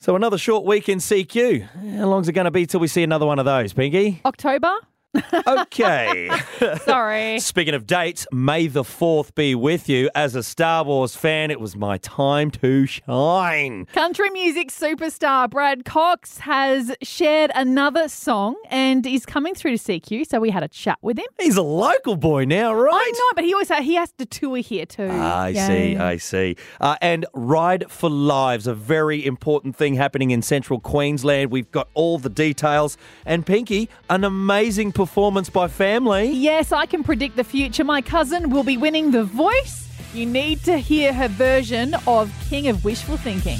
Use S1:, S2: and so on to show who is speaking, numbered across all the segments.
S1: So another short week in CQ. How long's it going to be till we see another one of those, Pinky?
S2: October?
S1: Okay.
S2: Sorry.
S1: Speaking of dates, May the 4th be with you. As a Star Wars fan, it was my time to shine.
S2: Country music superstar Brad Cox has shared another song and is coming through to CQ, so we had a chat with him.
S1: He's a local boy now, right? Ah,
S2: I know, but he always he has to tour here too.
S1: I
S2: Yeah.
S1: see, I see. Uh, and Ride for Lives, a very important thing happening in central Queensland. We've got all the details. And Pinky, an amazing performance by family.
S2: Yes, I can predict the future. My cousin will be winning The Voice. You need to hear her version of King of Wishful Thinking.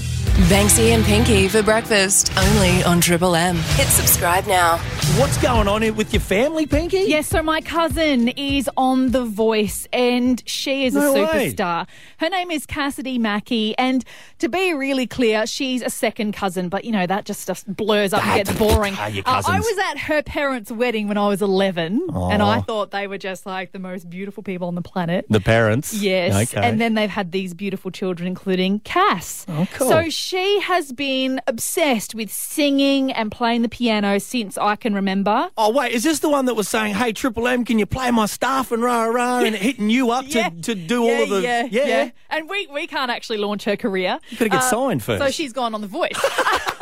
S3: Banksy and Pinky for breakfast only on Triple M. Hit subscribe now.
S1: What's going on here with your family, Pinky?
S2: Yes, so my cousin is on The Voice and she is
S1: No
S2: a
S1: way.
S2: superstar. Her name is Cassidy Mackey, and to be really clear, she's a second cousin, but you know, that just stuff blurs up and gets boring. Uh,
S1: Ah, your
S2: I
S1: cousins.
S2: was at her parents' wedding when I was 11, and I thought they were just like the most beautiful people on the planet.
S1: The parents.
S2: Yes.
S1: Okay.
S2: And then they've had these beautiful children, including Cass.
S1: Oh, cool.
S2: So she has been obsessed with singing and playing the piano since I can remember.
S1: Oh wait, is this the one that was saying, "Hey, Triple M, can you play my stuff and rah rah," and hitting you up
S2: Yeah.
S1: to, to do
S2: Yeah,
S1: all of the
S2: yeah, yeah, And we, we can't actually launch her career. You
S1: gotta
S4: Uh,
S1: get signed first.
S2: So she's gone on The Voice.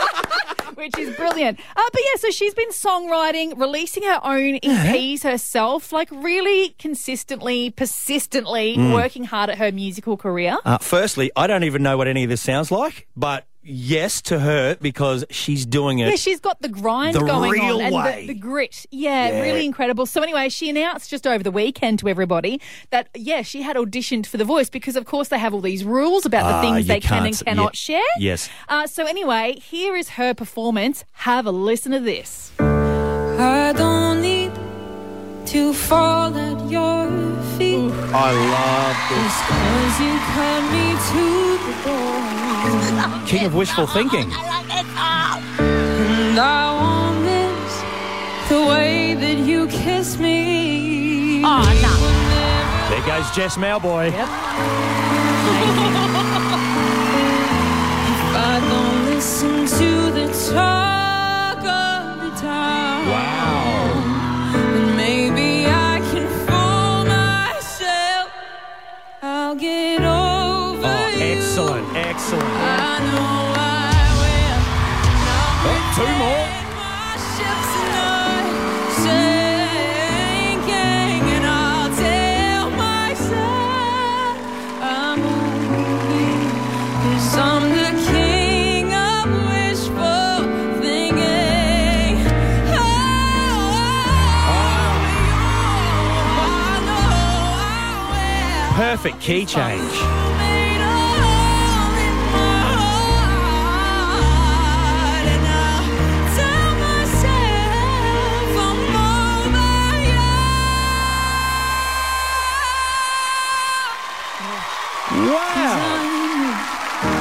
S2: Which is brilliant. Uh, but yeah, so she's been songwriting, releasing her own EPs herself, like really consistently, persistently
S1: Mm.
S2: working hard at her musical career.
S1: Uh, firstly, I don't even know what any of this sounds like, but yes to her because she's doing it.
S2: Yeah, she's got the grind
S1: The
S2: going
S1: real
S2: on and
S1: way.
S2: The, the grit. Yeah, really incredible. So anyway, she announced just over the weekend to everybody that yeah, she had auditioned for The Voice because of course they have all these rules about
S1: Ah,
S2: the things
S1: you
S2: they can
S1: can't-
S2: and cannot
S1: yeah,
S2: share.
S1: yes.
S2: Uh, so anyway, here is her performance. Have a listen to this.
S4: I don't need to fall at your feet.
S1: I love
S4: It's cause you cut me to the bone.
S1: this. King of wishful thinking.
S4: And I won't miss the way that you kiss me.
S1: There goes Jess Malboy.
S4: If I don't listen to the talk of the town.
S1: Wow.
S4: then maybe I can fool myself. I'll get over
S1: Oh,
S4: you.
S1: excellent, excellent.
S4: I know I will. And I'll
S1: Oh, two more.
S4: pretend my ship's not sinking, and I'll tell myself I'm only 'cause I'm the king of wishful thinking. Oh, I know I will.
S1: Perfect key change. Wow.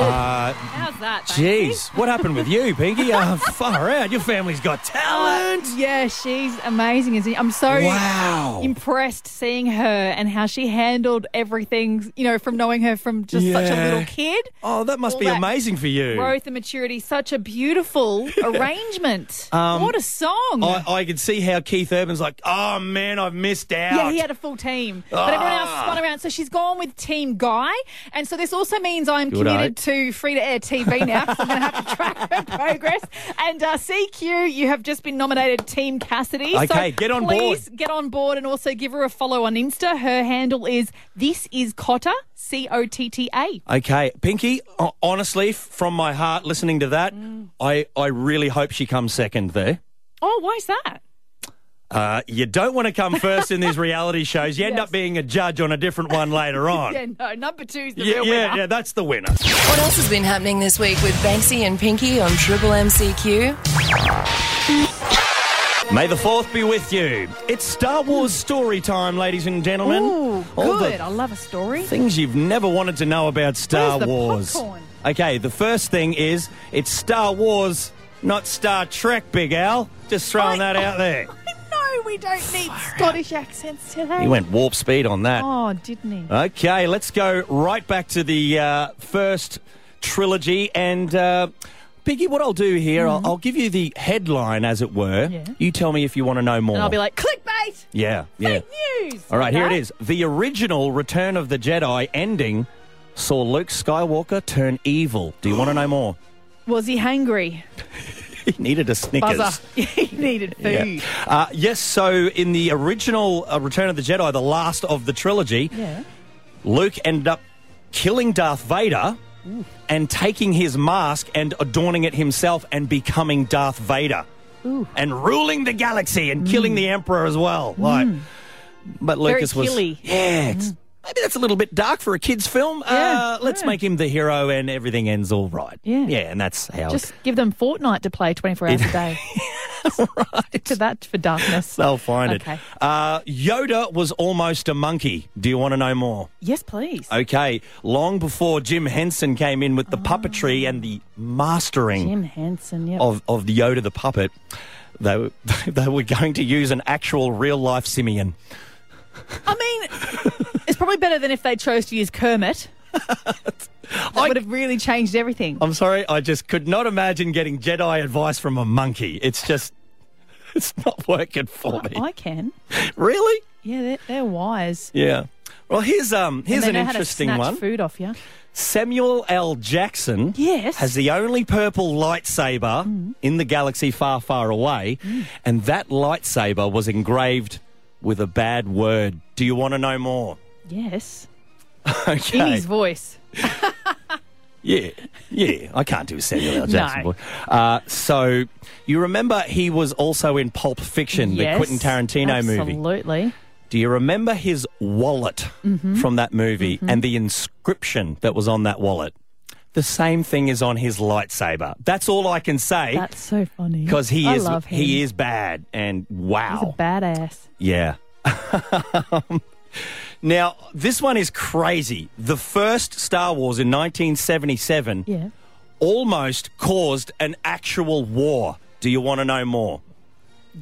S1: Uh,
S2: How's that?
S1: Jeez, what happened with you, Pinky? Uh, far out. Your family's got talent.
S2: Yeah, she's amazing. Isn't she? I'm so
S1: Wow.
S2: impressed seeing her and how she handled everything. You know, from knowing her from just such a
S1: Yeah.
S2: little kid.
S1: Oh, that must
S2: All
S1: be
S2: that
S1: amazing for you.
S2: growth and maturity. Such a beautiful arrangement. what a song!
S1: Um, I, I can see how Keith Urban's like, oh man, I've missed out. Ah.
S2: yeah, he had a full team, but everyone else spun around. So she's gone with Team Guy, and so this also means I'm
S1: Good
S2: committed
S1: eye.
S2: to free to air TV now. 'cause I'm going to have to track her progress. And uh, CQ, you have just been nominated Team Cassidy.
S1: Okay,
S2: so
S1: get on board.
S2: please Get on board, and also give her a follow on Insta. Her handle is This Is Cotta C O T T A.
S1: Okay, Pinky, ho- honestly, f- from my heart, listening to that,
S2: Mm.
S1: I, I really hope she comes second there.
S2: Oh, why's that?
S1: Uh, you don't want to come first in these reality shows. You end
S2: Yes.
S1: up being a judge on a different one later on.
S2: Yeah, no, number two is the
S1: yeah,
S2: real
S1: yeah,
S2: winner.
S1: yeah, that's the winner.
S3: What else has been happening this week with Banksy and Pinky on Triple MCQ?
S1: May the fourth be with you. It's Star Wars story time, ladies and gentlemen.
S2: Ooh,
S1: All the
S2: good. I love a story.
S1: Things you've never wanted to know about Star
S2: Where's the
S1: Wars.
S2: popcorn?
S1: Okay, the first thing is it's Star Wars, not Star Trek, Big Al. Just throwing that out there.
S2: No, we don't need Scottish accents today.
S1: He went Uh, warp speed on that.
S2: Oh, didn't he?
S1: Okay, let's go right back to the uh, first trilogy. And uh, Piggy, what I'll do here, I'll, I'll give you the headline, as it were.
S2: Mm-hmm. Yeah.
S1: You tell me if you want to know more.
S2: And I'll be like, clickbait!
S1: yeah, Oh. yeah.
S2: News!
S1: All right, here it
S2: Like
S1: is. The original Return of the Jedi ending saw Luke Skywalker turn evil. Do you want to know more?
S2: that. Was he hangry?
S1: He needed a Snickers.
S2: Buzzer. he needed
S1: Yeah.
S2: food.
S1: Uh, yes, so in the original uh, Return of the Jedi, the last of the trilogy,
S2: Yeah.
S1: Luke ended up killing Darth Vader and taking his mask and adorning it himself and becoming Darth Vader and ruling the galaxy and killing the Emperor as well. Like, but
S2: Mm. Very
S1: Lucas was
S2: killy. Mm.
S1: yeah. It's, Maybe that's a little bit dark for a kid's film.
S2: Yeah,
S1: uh, let's
S2: yeah.
S1: make him the hero and everything ends all right.
S2: Yeah.
S1: Yeah, and that's how
S2: Just give them Fortnite to play 24 hours a day. Stick to that for darkness.
S1: they'll find it.
S2: Okay.
S1: Uh, Yoda was almost a monkey. Do you want to know more?
S2: Yes, please.
S1: Okay, long before Jim Henson came in with the puppetry and the mastering
S2: Jim Henson, yeah.
S1: of, of the Yoda the puppet, they, were- they were going to use an actual real life simian.
S2: I mean, it's probably better than if they chose to use Kermit. that would have really changed everything.
S1: I'm sorry, I just could not imagine getting Jedi advice from a monkey. It's just, it's not working for me.
S2: I can.
S1: Really?
S2: Yeah, they're, they're wise.
S1: Yeah. Well, here's um here's
S2: and
S1: an
S2: they know how to
S1: interesting
S2: snatch
S1: one.
S2: food off you.
S1: Samuel L. Jackson
S2: Yes. Mm.
S1: has the only purple lightsaber in the galaxy far, far away, and that lightsaber was engraved with a bad word. Do you want to know more?
S2: Yes.
S1: Okay.
S2: In his voice.
S1: Yeah, yeah. I can't do a Samuel L. Jackson
S2: No.
S1: voice. Uh, so you remember he was also in Pulp Fiction, the
S2: yes.
S1: Quentin Tarantino movie.
S2: Absolutely.
S1: Do you remember his wallet
S2: Mm-hmm.
S1: from that movie and the inscription that was on that wallet? The same thing is on his lightsaber. That's all I can say
S2: That's so funny.
S1: because he
S2: I
S1: is
S2: love him.
S1: he is bad and wow.
S2: He's a badass.
S1: Yeah. now, this one is crazy. The first Star Wars in 1977
S2: Yeah.
S1: almost caused an actual war. Do you want to know more?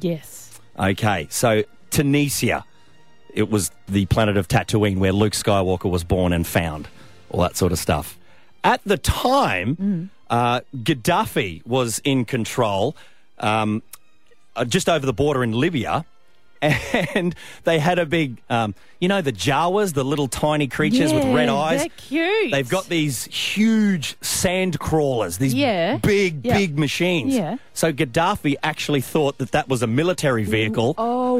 S2: Yes.
S1: Okay, so Tunisia. It was the planet of Tatooine where Luke Skywalker was born and found, all that sort of stuff. At the time, uh, Gaddafi was in control um, uh, just over the border in Libya. And they had a big, um, you know, the Jawas, the little tiny creatures with red
S2: Yeah,
S1: eyes.
S2: They're cute.
S1: They've got these huge sand crawlers, these
S2: Yeah.
S1: big,
S2: Yeah.
S1: big machines.
S2: Yeah.
S1: So Gaddafi actually thought that that was a military vehicle.
S2: Oh.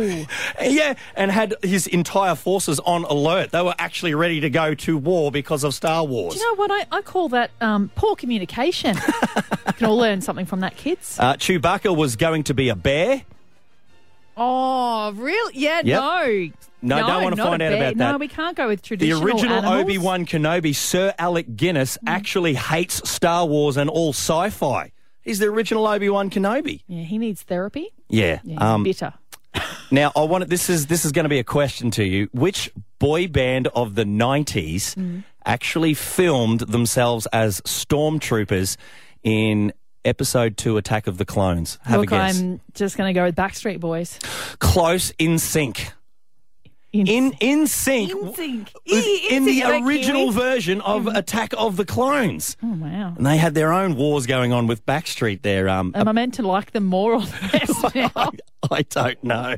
S1: Yeah, and had his entire forces on alert. They were actually ready to go to war because of Star Wars.
S2: You know what? I, I call that um, poor communication. you can all learn something from that, kids.
S1: uh, Chewbacca was going to be a bear.
S2: Oh, really? Yeah,
S1: Yep.
S2: no.
S1: No, don't wanna
S2: not a
S1: find out
S2: bear.
S1: about
S2: No,
S1: that.
S2: we can't go with
S1: The
S2: traditional
S1: original
S2: animals. Mm.
S1: Obi Wan Kenobi, Sir Alec Guinness, actually hates Star Wars and all sci fi. He's the original Obi Wan Kenobi. um,
S2: Yeah, he needs therapy.
S1: Yeah.
S2: Yeah, he's bitter.
S1: Now, I want this is this is going to be a question to you. Which boy band of the '90s
S2: Mm.
S1: actually filmed themselves as stormtroopers in Episode Two: Attack of the Clones? Have
S2: Look,
S1: a guess.
S2: I'm just going to go with Backstreet Boys.
S1: Close in sync. In in sync.
S2: In sync. Mm.
S1: w- In the
S2: Is that
S1: original
S2: cute?
S1: version of Attack of the Clones,
S2: Oh, wow.
S1: and they had their own wars going on with Backstreet. There, um,
S2: Am I meant to like them more or less now?
S1: I don't know.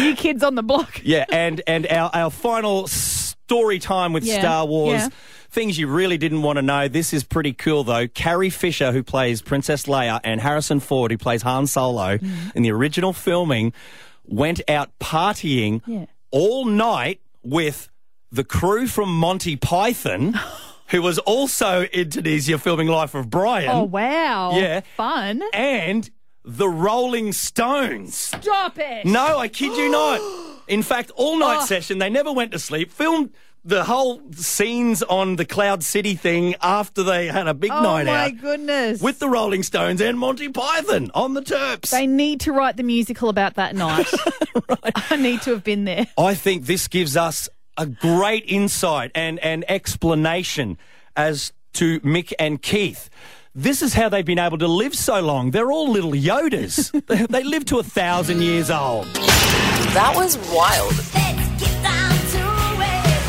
S2: you kids on the block.
S1: Yeah, and and our, our final story time with
S2: Yeah,
S1: Star Wars.
S2: yeah.
S1: Things you really didn't want to know. This is pretty cool, though. Carrie Fisher, who plays Princess Leia, and Harrison Ford, who plays Han Solo
S2: Mm.
S1: in the original filming, went out partying
S2: Yeah.
S1: all night with the crew from Monty Python, who was also in Tunisia filming Life of Brian,
S2: Oh, wow.
S1: Yeah.
S2: Fun.
S1: and the Rolling Stones.
S2: Stop it.
S1: No, I kid you not. In fact, all night
S2: Oh.
S1: session, they never went to sleep, filmed the whole scenes on the Cloud City thing after they had a big
S2: Oh,
S1: night
S2: my
S1: out
S2: goodness.
S1: with the Rolling Stones and Monty Python on the Terps.
S2: They need to write the musical about that night. I need to have been there.
S1: I think this gives us a great insight and an explanation as to Mick and Keith. This is how they've been able to live so long. They're all little Yodas. They- they live to a thousand years old.
S3: That was wild.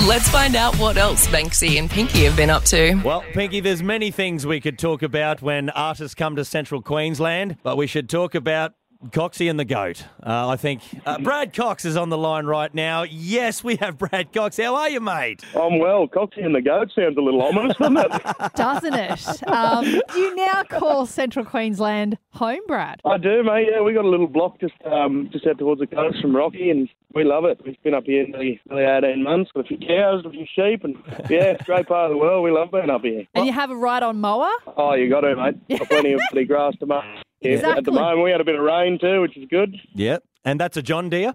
S3: Let's find out what else Banksy and Pinky have been up to.
S1: Well, Pinky, there's many things we could talk about when artists come to central Queensland, but we should talk about Coxie and the goat. Uh, I think uh, Brad Cox is on the line right now. Yes, we have Brad Cox. How are you, mate?
S5: I'm well. Coxie and the goat sounds a little ominous, doesn't it?
S2: Doesn't it? Um, do you now call Central Queensland home, Brad?
S5: I do, mate. Yeah, we got a little block just um, just out towards the coast from Rocky, and we love it. We've been up here nearly, nearly 18 months. Got a few cows, a few sheep, and yeah, it's a great part of the world. We love being up here.
S2: And you have a ride on mower?
S5: Oh, you got to, mate. Got plenty of bloody grass to mow. Yeah, At the
S2: Exactly.
S5: moment, we had a bit of rain too, which is good.
S1: Yep. And that's a John Deere?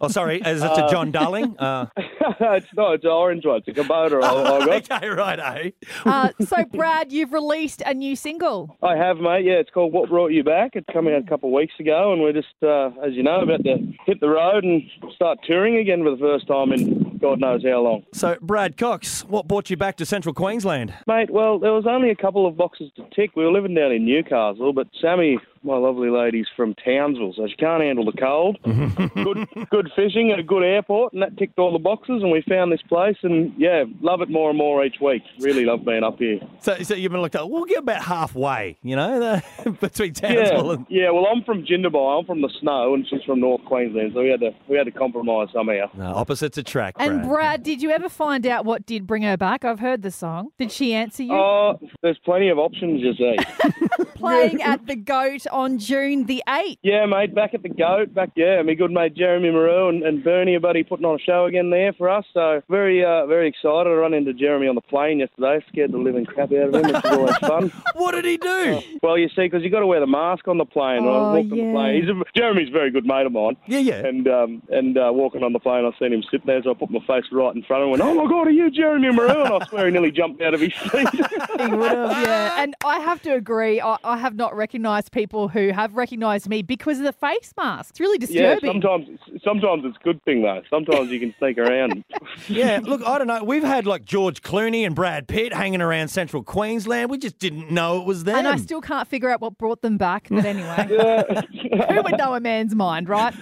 S1: Oh, sorry, is it a John Darling? Uh,
S5: it's not. It's an orange one. It's a Kubota. I, I got.
S1: okay, right, eh?
S2: Uh, so, Brad, you've released a new single.
S5: I have, mate. Yeah, it's called What Brought You Back. It came out a couple of weeks ago, and we're just, uh, as you know, about to hit the road and start touring again for the first time in God knows how long.
S1: So, Brad Cox, what brought you back to central Queensland?
S5: Mate, well, there was only a couple of boxes to tick. We were living down in Newcastle, but Sammy, my lovely lady's from Townsville, so she can't handle the cold. good, good fishing and a good airport, and that ticked all the boxes. And we found this place, and yeah, love it more and more each week. Really love being up here.
S1: So, so you've been looked at, we'll get about halfway, you know, the, between
S5: Yeah,
S1: Townsville and.
S5: yeah. Well, I'm from Jindabyne, I'm from the snow, and she's from North Queensland, so we had to we had to compromise somehow.
S1: No, uh, opposites attract,
S2: And,
S1: Brad.
S2: Brad, did you ever find out what did bring her back? I've heard the song. Did she answer you?
S5: Oh, there's plenty of options, you see.
S2: Playing at the GOAT on June the 8th.
S5: Yeah, mate, back at the GOAT, back, yeah, my good mate Jeremy Moreau and, and Bernie are buddy putting on a show again there for us, so very uh, very excited. I run into Jeremy on the plane yesterday, scared the living crap out of him, which is always fun.
S1: What did he do?
S5: Well, you see, because you've got to wear the mask on the plane. I
S2: Oh,
S5: was walking
S2: yeah.
S5: the plane. He's a, Jeremy's a very good mate of mine.
S1: Yeah, yeah.
S5: And um, and uh, walking on the plane, I seen him sitting there, so I put my face right in front of him and went, oh my God, are you Jeremy Moreau? And I swear he nearly jumped out of his seat.
S2: He would have, Oh,
S5: Ah!
S2: yeah. And I have to agree, I, I have not recognised people who have recognised me because of the face mask. It's really
S5: yeah,
S2: disturbing.
S5: sometimes, sometimes it's a good thing, though. Sometimes you can sneak around.
S1: Yeah, look, I don't know. We've had like George Clooney and Brad Pitt hanging around central Queensland. We just didn't know it was them.
S2: and I still can't figure out what brought them back. But anyway,
S5: Yeah.
S2: who would know a man's mind, right?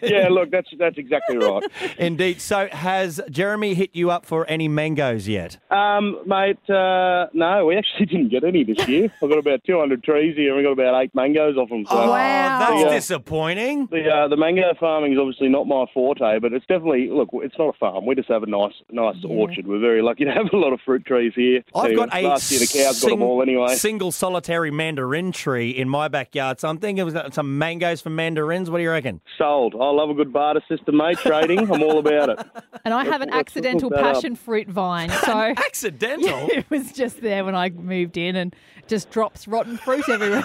S5: Yeah, look, that's that's exactly right.
S1: Indeed. So, has Jeremy hit you up for any mangoes yet?
S5: Um, mate, uh, no, we actually didn't get any this year. I've got about 200 trees here, and we got about eight mangoes off them. So
S1: Oh,
S2: Wow.
S1: That's
S5: Oh, Yeah.
S1: disappointing.
S5: the uh, the mango farming is obviously not my forte, but it's definitely look, it's not a farm. We just have a nice nice orchard. We're very lucky to have a lot of fruit trees here.
S1: I've
S5: Anyway,
S1: got a
S5: last year the cows got them
S1: sing-
S5: all anyway.
S1: single solitary mandarin tree in my backyard. So I'm thinking it was some mangoes for mandarins. What do you reckon?
S5: Sold. I love a good barter system, mate. Trading, I'm all about it.
S2: And I have an
S5: Let's- let's
S2: accidental
S5: look that up.
S2: passion fruit vine, so
S1: Accidental.
S2: it was just there when I moved in, and just drops rotten fruit everywhere.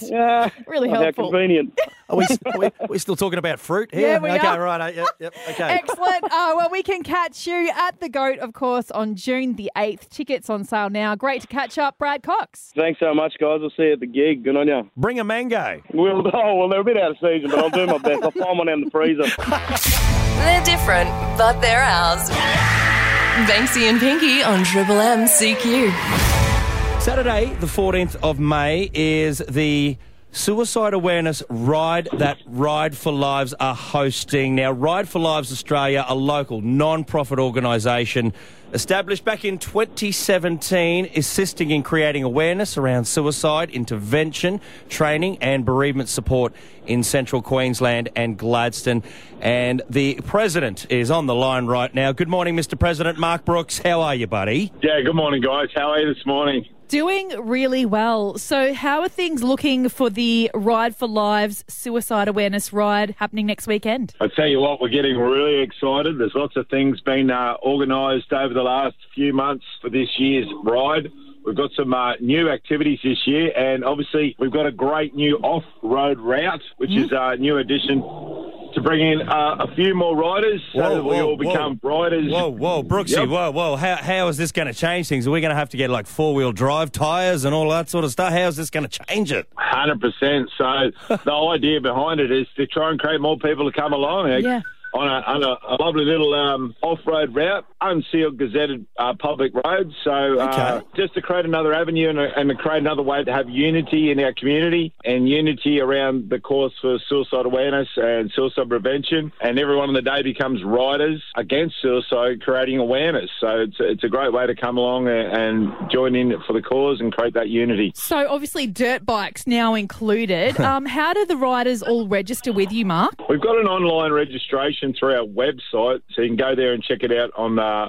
S5: Yeah,
S2: Really
S5: how
S2: helpful.
S5: convenient.
S1: Are we, are we, are we still talking about fruit here?
S2: Yeah, we
S1: okay,
S2: are.
S1: right. uh, Yep, yep, okay.
S2: Excellent. Uh, well, we can catch you at the Goat, of course, on June the eighth. Tickets on sale now. Great to catch up, Brad Cox.
S5: Thanks so much, guys. I'll see you at the gig. Good on you.
S1: Bring a mango.
S5: We'll, oh, well, they're a bit out of season, but I'll do my best. I'll find one out in the freezer.
S3: They're different, but they're ours. Banksy and Pinky on Triple M CQ.
S1: Saturday, the 14th of May, is the Suicide Awareness Ride that Ride for Lives are hosting. Now, Ride for Lives Australia, a local non profit organisation established back in 2017, assisting in creating awareness around suicide, intervention, training, and bereavement support in central Queensland and Gladstone. And the president is on the line right now. Good morning, Mr. President. Mark Brooks, how are you, buddy?
S6: Yeah, good morning, guys. How are you this morning?
S2: Doing really well. So, how are things looking for the Ride for Lives Suicide Awareness Ride happening next weekend?
S6: I tell you what, we're getting really excited. There's lots of things been uh, organised over the last few months for this year's ride. We've got some uh, new activities this year, and obviously we've got a great new off-road route,
S1: Hmm?
S6: which is a new addition to bring in uh, a few more riders, so
S1: Whoa,
S6: that we
S1: whoa,
S6: all become
S1: whoa.
S6: riders.
S1: Whoa, whoa, Brooksy,
S6: Yep.
S1: whoa, whoa. How, how is this going to change things? Are we going to have to get like four wheel drive tyres and all that sort of stuff? How is this going to change it?
S6: Hundred percent. So the idea behind it is to try and create more people to come along eh,
S2: Yeah.
S6: on, a, on a, a lovely little um, off-road route. unsealed, gazetted uh, public roads. So uh,
S1: Okay.
S6: just to create another avenue and, and to create another way to have unity in our community and unity around the cause for suicide awareness and suicide prevention. And everyone on the day becomes riders against suicide, creating awareness. So it's, it's a great way to come along and, and join in for the cause and create that unity.
S2: So obviously, dirt bikes now included. um, how do the riders all register with you, Mark?
S6: We've got an online registration through our website, so you can go there and check it out on uh,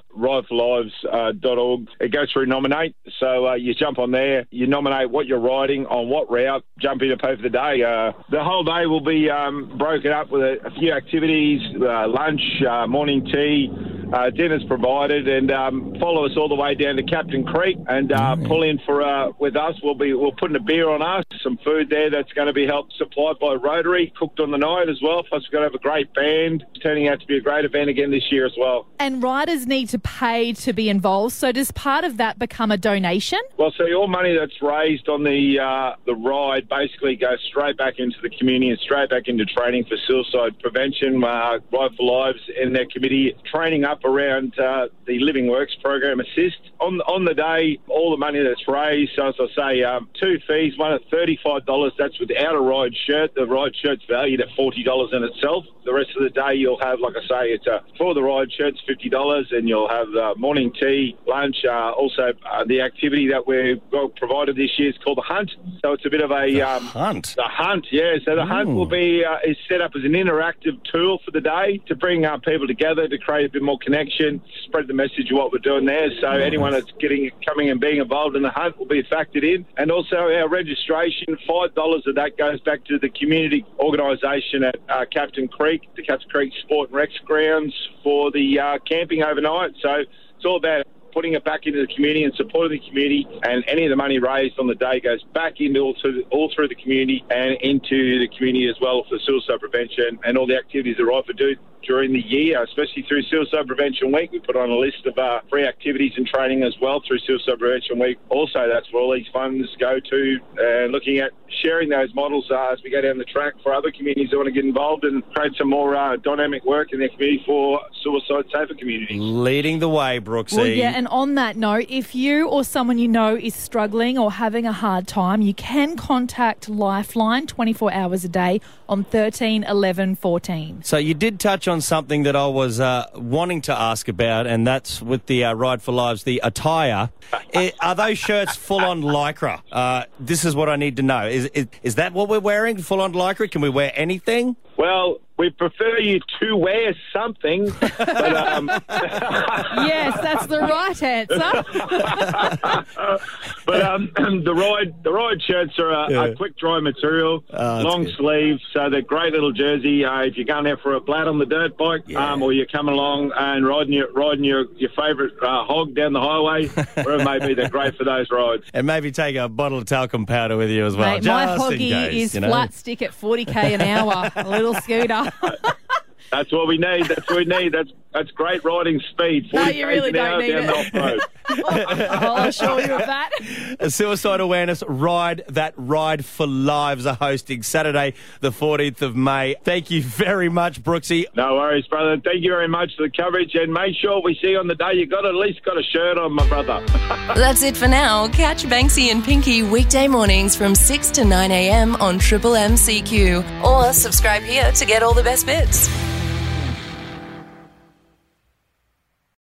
S6: rifelives.org. It goes through nominate, so uh, you jump on there, you nominate what you're riding, on what route, jump in a pay for the day. Uh, the whole day will be um, broken up with a, a few activities, uh, lunch, uh, morning tea, uh, dinner's provided, and um, follow us all the way down to Captain Creek and uh, pull in for uh, with us. We'll be we're putting a beer on us, some food there that's going to be helped supplied by Rotary, cooked on the night as well. Plus, we're going to have a great band. It's turning out to be a great event again this year as well.
S2: And riders need to pay to be involved. So does part of that become a donation?
S6: Well, so all money that's raised on the uh, the ride basically goes straight back into the community and straight back into training for suicide prevention. Uh, Ride for Lives and their committee training up around uh, the Living Works program assist on on the day. All the money that's raised, so as I say, um, two fees, one at thirty five dollars. That's without a ride shirt. The ride shirt's valued at forty dollars in itself. The rest of the day you'll have, like I say, it's uh, for the ride shirts fifty dollars, and you'll have uh, morning tea, lunch. Uh, also, uh, the activity that we've got provided this year is called the hunt. So it's a bit of a um,
S1: Hunt.
S6: the hunt, yeah. So the hunt will be uh, is set up as an interactive tool for the day to bring uh, people together to create a bit more connection, spread the message of what we're doing there. So anyone that's getting coming and being involved in the hunt will be factored in, and also our registration five dollars of that goes back to the community organisation at uh, Captain Creek, the Captain Creek Sport and Recs grounds for the uh, camping overnight. So it's all about. Putting it back into the community and supporting the community, and any of the money raised on the day goes back into all through, all through the community and into the community as well for suicide prevention and all the activities that RIFA do during the year, especially through Suicide Prevention Week. We put on a list of uh, free activities and training as well through Suicide Prevention Week. Also, that's where all these funds go to, and looking at sharing those models uh, as we go down the track for other communities that want to get involved and create some more uh, dynamic work in their community for suicide safer communities.
S1: Leading the way, Brooksy.
S2: Well, yeah, and on that note, if you or someone you know is struggling or having a hard time, you can contact Lifeline 24 hours a day on 13 11 14.
S1: So you did touch on something that I was uh, wanting to ask about, and that's with the uh, Ride for Lives, the attire. I are those shirts full on lycra? Uh, this is what I need to know. Is, is is that what we're wearing? Full on lycra? Can we wear anything?
S6: Well, we prefer you to wear something, but um,
S2: yes, that's the right answer.
S6: but um, the ride the ride shirts are a,
S1: Yeah. Ah,
S6: a quick dry material,
S1: that's
S6: long
S1: good.
S6: sleeve, so they're great little jersey. Uh, if you're going out for a flat on the dirt bike,
S1: Yeah.
S6: um, or you're coming along and riding your riding your your favourite uh, hog down the highway, wherever it may be, they're great for those rides.
S1: And maybe take a bottle of talcum powder with you as well.
S2: Mate, my
S1: just in
S2: hoggy
S1: case,
S2: is
S1: you know.
S2: flat stick at 40k an hour, a little scooter.
S6: That's what we need. That's what we need. That's that's great riding speed.
S2: No,
S6: 40
S2: you
S6: k's
S2: really
S6: an
S2: don't
S6: hour
S2: need
S6: down
S2: it.
S6: the off-road.
S2: I'll assure you of that.
S1: Suicide Awareness Ride That Ride for Lives are hosting Saturday, the 14th of May. Thank you very much, Brooksy.
S6: No worries, brother. Thank you very much for the coverage, and make sure we see you on the day. You got at least got a shirt on, my brother.
S3: That's it for now. Catch Banksy and Pinky weekday mornings from 6 to 9 a.m. on Triple MCQ or subscribe here to get all the best bits.